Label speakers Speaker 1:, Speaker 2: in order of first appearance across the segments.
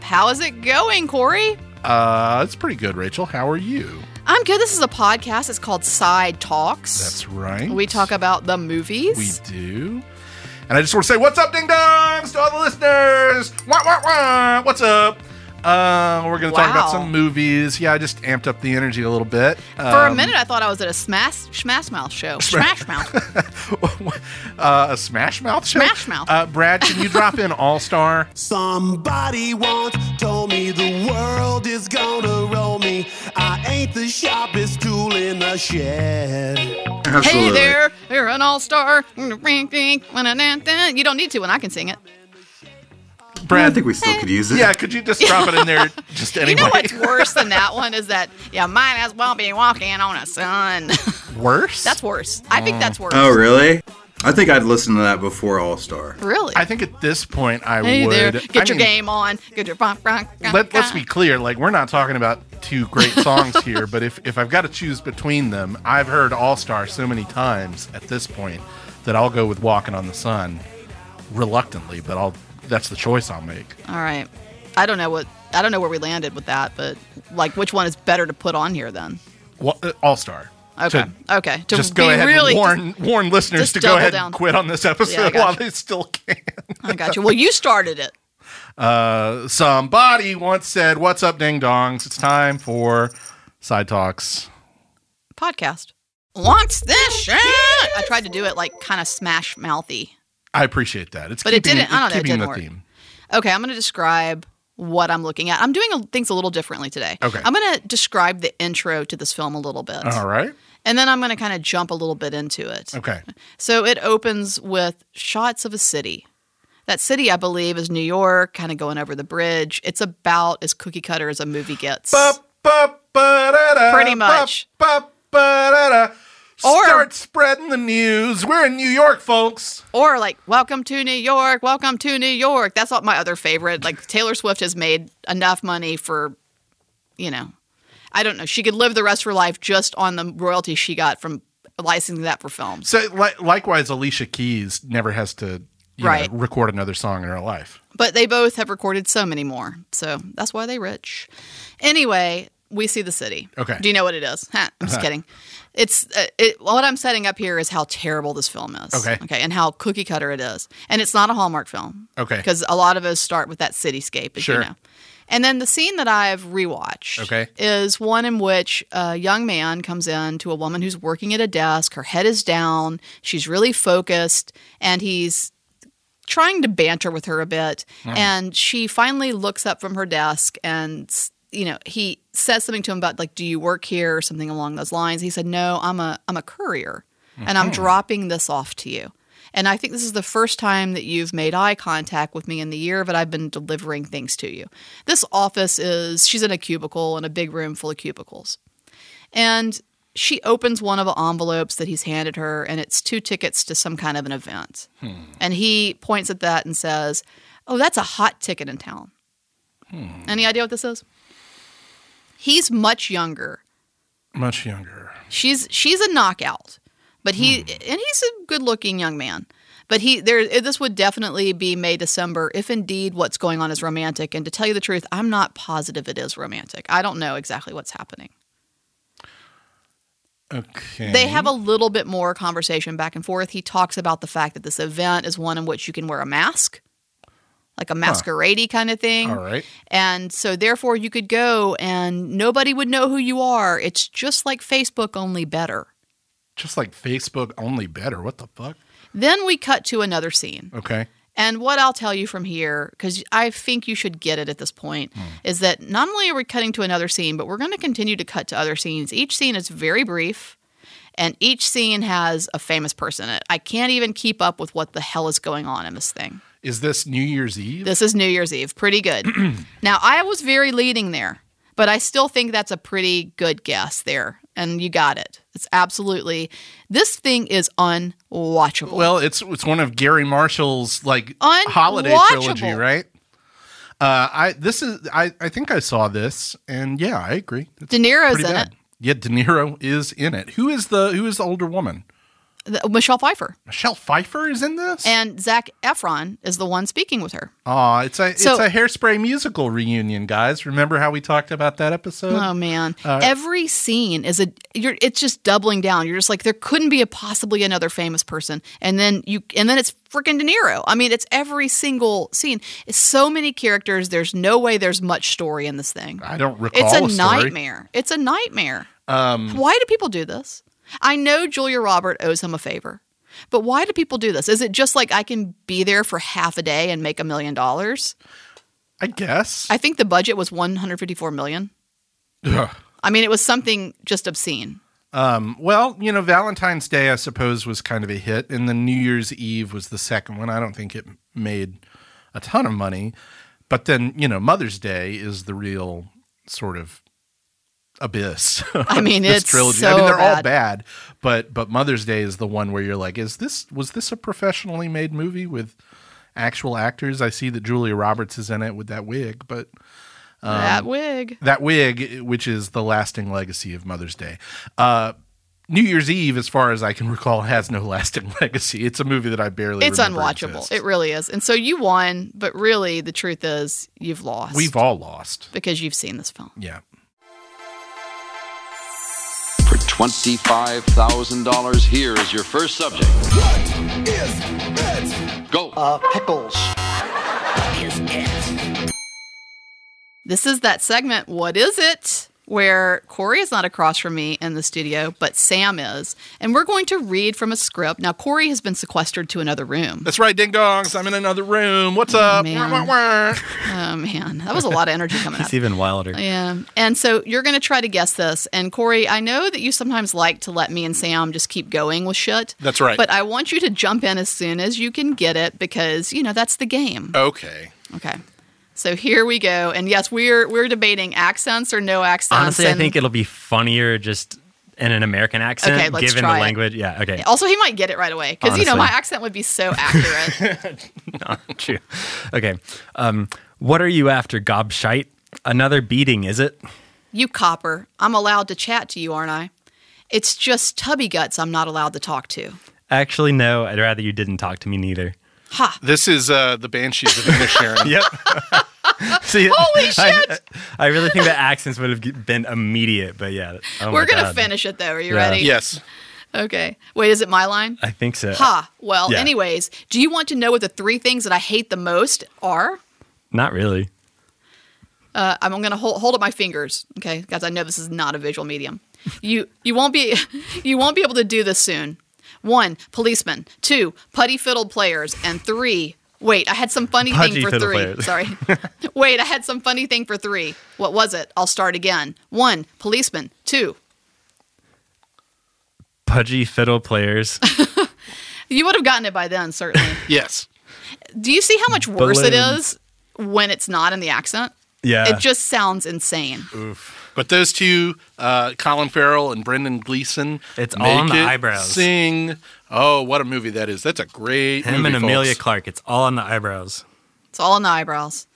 Speaker 1: How is it going, Corey?
Speaker 2: Uh, it's pretty good, Rachel. How are you?
Speaker 1: I'm good. This is a podcast. It's called Side Talks.
Speaker 2: That's right.
Speaker 1: We talk about the movies.
Speaker 2: We do. And I just want to say, what's up, ding dongs, to all the listeners? Wah, wah, wah. What's up? Uh, we're going to talk
Speaker 1: Wow.
Speaker 2: about some movies. Yeah, I just amped up the energy a little bit.
Speaker 1: For a
Speaker 2: Um,
Speaker 1: minute, I thought I was at a Smash Smash Mouth show. Smash Mouth.
Speaker 2: uh, a Smash Mouth show?
Speaker 1: Smash Mouth.
Speaker 2: Uh, Brad, can you drop in All Star?
Speaker 3: Somebody once told me the world is gonna roll me. I ain't the sharpest tool in the shed.
Speaker 1: hey there, you're an all star. You don't need to when I can sing it.
Speaker 4: I
Speaker 2: Brad,
Speaker 4: think we still could use it.
Speaker 2: yeah, could you just drop it in there just anyway?
Speaker 1: You know what's worse than that one is that you might as well be walking on a sun.
Speaker 2: worse?
Speaker 1: that's worse. I think that's worse.
Speaker 4: Oh, really? I think I'd listened to that before All Star.
Speaker 1: Really?
Speaker 2: I think at this point I
Speaker 1: hey
Speaker 2: would.
Speaker 1: there, get
Speaker 2: I
Speaker 1: your
Speaker 2: mean,
Speaker 1: game on. Get your bonk, bonk,
Speaker 2: Let, let's be clear. Like we're not talking about two great songs here, but if if I've got to choose between them, I've heard All Star so many times at this point that I'll go with Walking on the Sun, reluctantly. But I'll that's the choice I'll make.
Speaker 1: All right. I don't know what I don't know where we landed with that, but like which one is better to put on here then?
Speaker 2: Wa- uh, All Star.
Speaker 1: Okay. okay. To
Speaker 2: just go
Speaker 1: be
Speaker 2: ahead
Speaker 1: really
Speaker 2: and warn warn listeners
Speaker 1: just
Speaker 2: to go
Speaker 1: double
Speaker 2: ahead
Speaker 1: down.
Speaker 2: and quit on this episode
Speaker 1: gotcha.
Speaker 2: while they still can.
Speaker 1: I got you. Oh, Well, you started it.
Speaker 2: Uh, somebody once said, "What's up, ding dongs? It's time for side talks."
Speaker 1: Podcast. What's this shit? I tried to do it like kind of smash mouthy.
Speaker 2: I appreciate that. It's
Speaker 1: But it
Speaker 2: keeping-
Speaker 1: didn't- I don't know, it
Speaker 2: keeping
Speaker 1: didn't
Speaker 2: the
Speaker 1: work.
Speaker 2: theme.
Speaker 1: Okay, I'm going to describe what I'm looking at. I'm doing a- things a little differently today.
Speaker 2: Okay.
Speaker 1: I'm going to describe the intro to this film a little bit.
Speaker 2: All right.
Speaker 1: And then I'm going to kind of jump a little bit into it.
Speaker 2: Okay.
Speaker 1: So it opens with shots of a city. That city, I believe, is New York, kind of going over the bridge. It's about as cookie cutter as a movie gets. Pretty
Speaker 2: Pretty
Speaker 1: much. Or-
Speaker 2: Start spreading the news. We're in New York, folks.
Speaker 1: Or like, welcome to New York, welcome to New York. That's not my other favorite. Like Taylor Swift has made enough money for, you know, I don't know. She could live the rest of her life just on the royalty she got from licensing that for films.
Speaker 2: So, li- likewise, Alicia Keys never has to you
Speaker 1: Right.
Speaker 2: know, record another song in her life.
Speaker 1: But they both have recorded so many more. So that's why they rich. Anyway, we see the city.
Speaker 2: Okay. Uh-huh.
Speaker 1: Do you know what it is? Huh, I'm just kidding. It's uh, it, what I'm setting up here is how terrible this film is.
Speaker 2: Okay.
Speaker 1: Okay. And how cookie cutter it is. And it's not a Hallmark film.
Speaker 2: Okay.
Speaker 1: Because a lot of us start with that cityscape, as
Speaker 2: Sure.
Speaker 1: you know. And then the scene that I've rewatched
Speaker 2: Okay.
Speaker 1: is one in which a young man comes in to a woman who's working at a desk. Her head is down. She's really focused, and he's trying to banter with her a bit. And she finally looks up from her desk and, you know, he says something to him about like, do you work here or something along those lines. He said, no, I'm a, I'm a courier and I'm dropping this off to you. And I think this is the first time that you've made eye contact with me in the year that I've been delivering things to you. This office is, she's in a cubicle in a big room full of cubicles. And she opens one of the envelopes that he's handed her, and it's two tickets to some kind of an event. And he points at that and says, Oh, that's a hot ticket in town. Any idea what this is? He's much younger.
Speaker 2: Much younger.
Speaker 1: She's she's a knockout, but he and he's a good-looking young man. But he there this would definitely be May December if indeed what's going on is romantic. And to tell you the truth, I'm not positive it is romantic. I don't know exactly what's happening.
Speaker 2: Okay.
Speaker 1: They have a little bit more conversation back and forth. He talks about the fact that this event is one in which you can wear a mask, like a masquerade kind of thing.
Speaker 2: All right.
Speaker 1: And so, therefore, you could go and nobody would know who you are. It's just like Facebook, only better.
Speaker 2: Just like Facebook, only better. What the fuck?
Speaker 1: Then we cut to another scene.
Speaker 2: Okay.
Speaker 1: And what I'll tell you from here, because I think you should get it at this point,
Speaker 2: Hmm.
Speaker 1: is that not only are we cutting to another scene, but we're going to continue to cut to other scenes. Each scene is very brief, and each scene has a famous person in it. I can't even keep up with what the hell is going on in this thing.
Speaker 2: Is this New Year's Eve?
Speaker 1: This is New Year's Eve. Pretty good. now, I was very leading there, but I still think that's a pretty good guess there. And you got it. It's absolutely, this thing is unwatchable.
Speaker 2: Well, it's it's one of Gary Marshall's like
Speaker 1: Unwatchable.
Speaker 2: holiday trilogy, right? Uh, I this is I, I think I saw this and yeah I agree. It's
Speaker 1: De Niro's in
Speaker 2: pretty
Speaker 1: it.
Speaker 2: bad. Yeah, De Niro is in it. Who is the who is the older woman?
Speaker 1: th- Michelle Pfeiffer.
Speaker 2: Michelle Pfeiffer is in this.
Speaker 1: And Zach Efron is the one speaking with her.
Speaker 2: Aw, it's a
Speaker 1: So-
Speaker 2: it's a hairspray musical reunion, guys. Remember how we talked about that episode?
Speaker 1: Oh man! Every scene is a you're. It's just doubling down. You're just like there couldn't be a possibly another famous person, and then you and then it's freaking De Niro. I mean, it's every single scene. It's so many characters. There's no way there's much story in this thing.
Speaker 2: I don't recall.
Speaker 1: It's a, Um,
Speaker 2: story.
Speaker 1: nightmare. It's a nightmare. why do people do this? I know Julia Robert owes him a favor, but why do people do this? Is it just like I can be there for half a day and make a million dollars?
Speaker 2: I guess.
Speaker 1: I think the budget was 154 million. I mean, it was something just obscene.
Speaker 2: Um, well, you know, Valentine's Day, I suppose, was kind of a hit, and then New Year's Eve was the second one. I don't think it made a ton of money, but then you know, Mother's Day is the real sort of abyss.
Speaker 1: I mean,
Speaker 2: this
Speaker 1: it's
Speaker 2: trilogy.
Speaker 1: so
Speaker 2: I mean, they're
Speaker 1: bad.
Speaker 2: all bad, but but Mother's Day is the one where you're like, is this was this a professionally made movie with actual actors? I see that Julia Roberts is in it with that wig, but Um,
Speaker 1: that wig.
Speaker 2: that wig, which is the lasting legacy of Mother's Day. Uh, New Year's Eve, as far as I can recall, has no lasting legacy. It's a movie that I barely.
Speaker 1: It's
Speaker 2: remember
Speaker 1: unwatchable.
Speaker 2: exists.
Speaker 1: It really is. And so you won, but really the truth is you've lost.
Speaker 2: We've all lost.
Speaker 1: because you've seen this film.
Speaker 2: Yeah.
Speaker 5: For $25,000, here is your first subject.
Speaker 3: What is it?
Speaker 5: Go.
Speaker 1: This is that segment, What Is It? Where Corey is not across from me in the studio, but Sam is. And we're going to read from a script. Now, Corey has been sequestered to another room.
Speaker 2: That's right, ding dongs. I'm in another room. What's up?
Speaker 1: man.
Speaker 2: Wah, wah, wah.
Speaker 1: Oh, man. That was a lot of energy coming out.
Speaker 6: It's even wilder.
Speaker 1: Yeah. And so you're going to try to guess this. And Corey, I know that you sometimes like to let me and Sam just keep going with shit.
Speaker 2: That's right.
Speaker 1: But I want you to jump in as soon as you can get it because, you know, that's the game.
Speaker 2: Uh, Okay.
Speaker 1: Okay. So here we go. And yes, we're we're debating accents or no accents.
Speaker 6: Honestly, I
Speaker 1: and-
Speaker 6: think it'll be funnier just in an American accent,
Speaker 1: Okay, let's
Speaker 6: given
Speaker 1: try
Speaker 6: the
Speaker 1: it.
Speaker 6: language. Yeah, okay.
Speaker 1: Also, he might get it right away because you know
Speaker 6: Honestly.
Speaker 1: my accent would be so accurate.
Speaker 6: True. Okay. Um, what are you after, gobshite? Another beating, is it?
Speaker 1: you copper, I'm allowed to chat to you, aren't I? It's just tubby guts I'm not allowed to talk to.
Speaker 6: Oh Actually, no. I'd rather you didn't talk to me neither.
Speaker 1: Ha!
Speaker 2: This is uh, the Banshees of Inisherin.
Speaker 6: Yep. See,
Speaker 1: Holy
Speaker 6: I, I really think that accents would have been immediate, but yeah. Oh my
Speaker 1: We're gonna
Speaker 6: God.
Speaker 1: finish it though. Are you
Speaker 6: Yeah.
Speaker 1: ready?
Speaker 2: Yes.
Speaker 1: Okay. Wait, is it my line?
Speaker 6: I think so.
Speaker 1: Ha! Uh, Well,
Speaker 6: Yeah.
Speaker 1: anyways, do you want to know what the three things that I hate the most are?
Speaker 6: Not really.
Speaker 1: Uh, I'm gonna hold hold up my fingers, okay, guys. I know this is not a visual medium. You you won't be you won't be able to do this soon. One, policemen. Two, putty fiddle players. And three, wait, I had some funny
Speaker 6: Pudgy
Speaker 1: thing for
Speaker 6: fiddle
Speaker 1: three.
Speaker 6: players.
Speaker 1: Sorry, wait, I had some funny thing for three. What was it? I'll start again. One, policeman. Two,
Speaker 6: Pudgy fiddle players.
Speaker 1: you would have gotten it by then, certainly.
Speaker 2: Yes.
Speaker 1: do you see how much worse it
Speaker 6: Balloons.
Speaker 1: is when it's not in the accent?
Speaker 6: Yeah.
Speaker 1: It just sounds insane.
Speaker 2: But those two, uh, Colin Farrell and Brendan Gleeson,
Speaker 6: It's all
Speaker 2: make
Speaker 6: on the
Speaker 2: it
Speaker 6: eyebrows.
Speaker 2: Sing. Oh, what a movie that is! That's a great
Speaker 6: Him
Speaker 2: movie,
Speaker 6: and Amelia
Speaker 2: folks.
Speaker 6: Clark. It's all on the eyebrows.
Speaker 1: It's all in the eyebrows.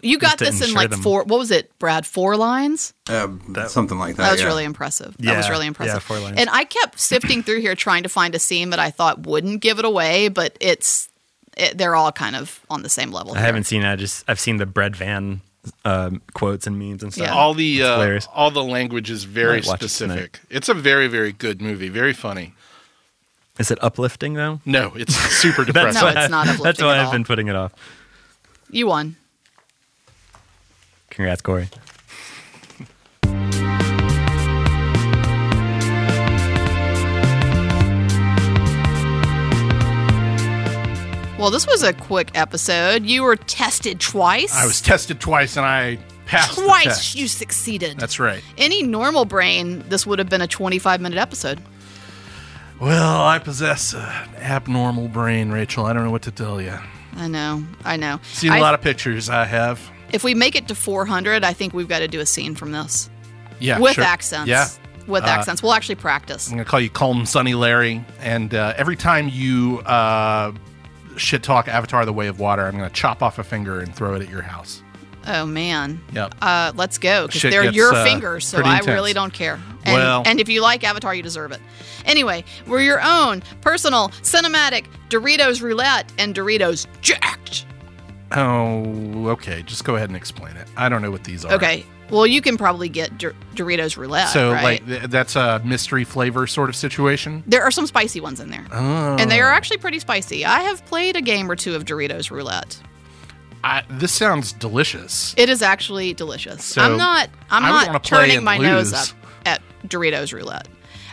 Speaker 1: You got
Speaker 6: to
Speaker 1: this in
Speaker 6: ensure
Speaker 1: like
Speaker 6: them.
Speaker 1: four. What was it, Brad? Four lines.
Speaker 4: Um, something like that.
Speaker 1: That was
Speaker 4: yeah.
Speaker 1: really impressive. That was
Speaker 6: Oh, Yeah,
Speaker 1: really
Speaker 6: yeah,
Speaker 1: impressive.
Speaker 6: four lines.
Speaker 1: And I kept sifting through here trying to find a scene that I thought wouldn't give it away, but it's it, they're all kind of on the same level.
Speaker 6: I haven't seen it. I just I've seen the bread van um, quotes and memes and stuff.
Speaker 1: Yeah.
Speaker 2: all the uh,
Speaker 6: hilarious.
Speaker 2: all the language is very
Speaker 6: Might watch it
Speaker 2: specific. It's a very very good movie, very funny.
Speaker 6: Is it uplifting though?
Speaker 2: No, it's super depressing.
Speaker 1: No, it's not uplifting
Speaker 6: That's why
Speaker 1: at
Speaker 6: I've
Speaker 1: all.
Speaker 6: been putting it off.
Speaker 1: You won.
Speaker 6: Congrats, Corey.
Speaker 1: Well, this was a quick episode. You were tested twice.
Speaker 2: I was tested twice and I passed. the
Speaker 1: twice.
Speaker 2: test.
Speaker 1: You succeeded.
Speaker 2: That's right.
Speaker 1: Any normal brain, this would have been a 25 minute episode.
Speaker 2: Well, I possess an abnormal brain, Rachel. I don't know what to tell you.
Speaker 1: I know. I know.
Speaker 2: Seen
Speaker 1: I-
Speaker 2: a lot of pictures I have.
Speaker 1: if we make it to 400, I think we've got to do a scene from this
Speaker 2: Yeah,
Speaker 1: with
Speaker 2: sure.
Speaker 1: accents.
Speaker 2: Yeah. Uh,
Speaker 1: With accents. We'll actually practice.
Speaker 2: I'm gonna call you Calm Sunny Larry, and uh, every time you uh, shit talk Avatar: The Way of Water, I'm gonna chop off a finger and throw it at your house.
Speaker 1: Oh, man.
Speaker 2: Yep.
Speaker 1: Uh, let's go because
Speaker 2: Shit
Speaker 1: they're
Speaker 2: gets,
Speaker 1: your
Speaker 2: uh,
Speaker 1: fingers, so
Speaker 2: pretty
Speaker 1: I
Speaker 2: intense.
Speaker 1: really don't care. And,
Speaker 2: Well-
Speaker 1: and if you like Avatar, you deserve it. Anyway, we're your own personal cinematic Doritos roulette and Doritos jacked.
Speaker 2: Oh, okay. Just go ahead and explain it. I don't know what these are.
Speaker 1: Okay. Well, you can probably get Dor- Doritos roulette.
Speaker 2: So
Speaker 1: right?
Speaker 2: like th- that's a mystery flavor sort of situation.
Speaker 1: There are some spicy ones in there. And
Speaker 2: Oh.
Speaker 1: they are actually pretty spicy. I have played a game or two of Doritos Roulette.
Speaker 2: I, this sounds delicious.
Speaker 1: It is actually delicious.
Speaker 2: So,
Speaker 1: I'm not I'm
Speaker 2: I would wanna
Speaker 1: not
Speaker 2: play
Speaker 1: turning
Speaker 2: and
Speaker 1: my nose
Speaker 2: lose.
Speaker 1: up at Doritos Roulette.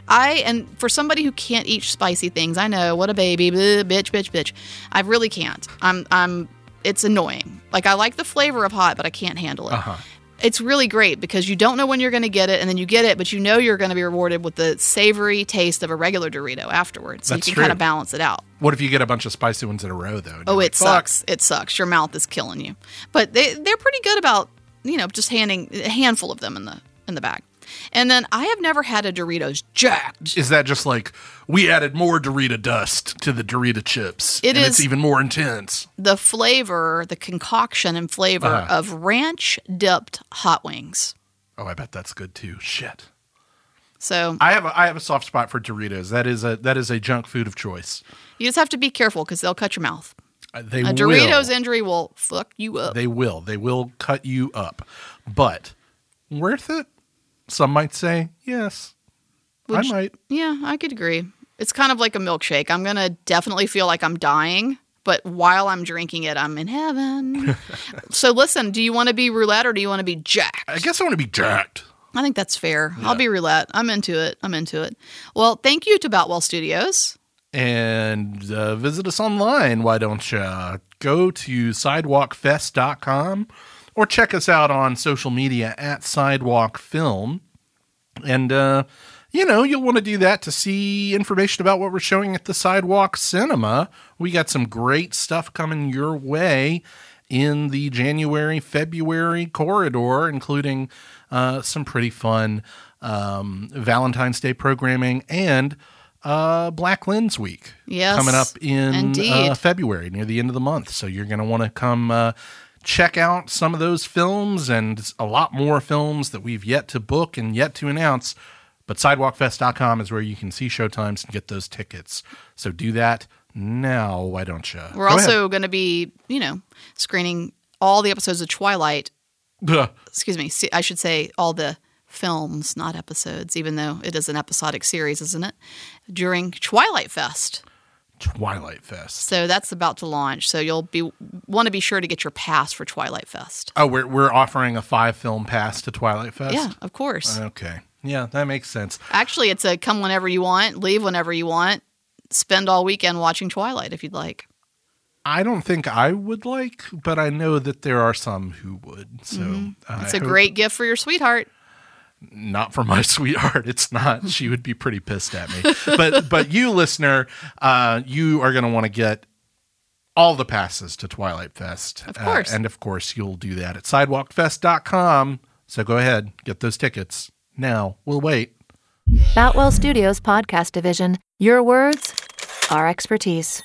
Speaker 1: I and for somebody who can't eat spicy things, I know what a baby, bleh, bitch, bitch, bitch. I really can't. I'm I'm it's annoying. Like I like the flavor of hot, but I can't handle it.
Speaker 2: Uh-huh.
Speaker 1: It's really great because you don't know when you're going to get it, and then you get it, but you know you're going to be rewarded with the savory taste of a regular Dorito afterwards. So
Speaker 2: That's
Speaker 1: you can
Speaker 2: true.
Speaker 1: kind of balance it out.
Speaker 2: What if you get a bunch of spicy ones in a row though? and
Speaker 1: Oh,
Speaker 2: you're
Speaker 1: it
Speaker 2: like, "Fuck."
Speaker 1: sucks. It sucks. Your mouth is killing you. But they they're pretty good about you know just handing a handful of them in the in the bag. And then I have never had a Doritos jacked.
Speaker 2: Is that just like we added more Dorita dust to the Dorita chips?
Speaker 1: It
Speaker 2: and
Speaker 1: is-
Speaker 2: It's even more intense.
Speaker 1: The flavor, the concoction and flavor
Speaker 2: Uh-huh.
Speaker 1: of ranch dipped hot wings.
Speaker 2: Oh, I bet that's good too. Shit.
Speaker 1: So
Speaker 2: I have a, I have a soft spot for Doritos. That is a that is a junk food of choice.
Speaker 1: you just have to be careful because they'll cut your mouth.
Speaker 2: Uh, They
Speaker 1: A
Speaker 2: will.
Speaker 1: Doritos injury will fuck you up.
Speaker 2: They will. They will cut you up. But worth it? Some might say yes.
Speaker 1: Which-
Speaker 2: I might.
Speaker 1: Yeah, I could agree. It's kind of like a milkshake. I'm going to definitely feel like I'm dying, but while I'm drinking it, I'm in heaven. so listen, do you want to be roulette or do you want to be jacked?
Speaker 2: I guess I want to be jacked.
Speaker 1: I think that's fair. I'll be roulette. I'm into it. I'm into it. Well, thank you to Boutwell Studios.
Speaker 2: And uh, visit us online. Why don't you go to sidewalkfest.com or check us out on social media at Sidewalk Film. And, uh, you know, you'll want to do that to see information about what we're showing at the Sidewalk Cinema. We got some great stuff coming your way in the January February corridor, including uh, some pretty fun um, Valentine's Day programming and uh, Black Lens Week.
Speaker 1: Yes,
Speaker 2: Coming up in
Speaker 1: indeed.
Speaker 2: uh, February, near the end of the month. So you're going to want to come uh, check out some of those films and a lot more films that we've yet to book and yet to announce. But sidewalkfest.com is where you can see showtimes and get those tickets. So do that now. Why don't you?
Speaker 1: We're also going to be, you know, screening all the episodes of Twilight. Excuse me. se- I should say all the films, not episodes, even though it is an episodic series, isn't it? During Twilight Fest.
Speaker 2: Twilight Fest.
Speaker 1: So that's about to launch. So you'll be want to be sure to get your pass for Twilight Fest.
Speaker 2: Oh, we're, we're offering a five film pass to Twilight Fest?
Speaker 1: Yeah, of course.
Speaker 2: Okay. Yeah, that makes sense.
Speaker 1: Actually, it's a come whenever you want, leave whenever you want, spend all weekend watching Twilight if you'd like.
Speaker 2: I don't think I would like, but I know that there are some who would. So I
Speaker 1: Mm-hmm. It's a
Speaker 2: hope-
Speaker 1: great gift for your sweetheart.
Speaker 2: not for my sweetheart. It's not. She would be pretty pissed at me. But but you listener, uh, you are going to want to get all the passes to Twilight Fest. Uh,
Speaker 1: Of course.
Speaker 2: and of course, you'll do that at sidewalkfest.com. So go ahead, get those tickets now. We'll wait.
Speaker 7: Boutwell Studios Podcast Division. Your words, our expertise.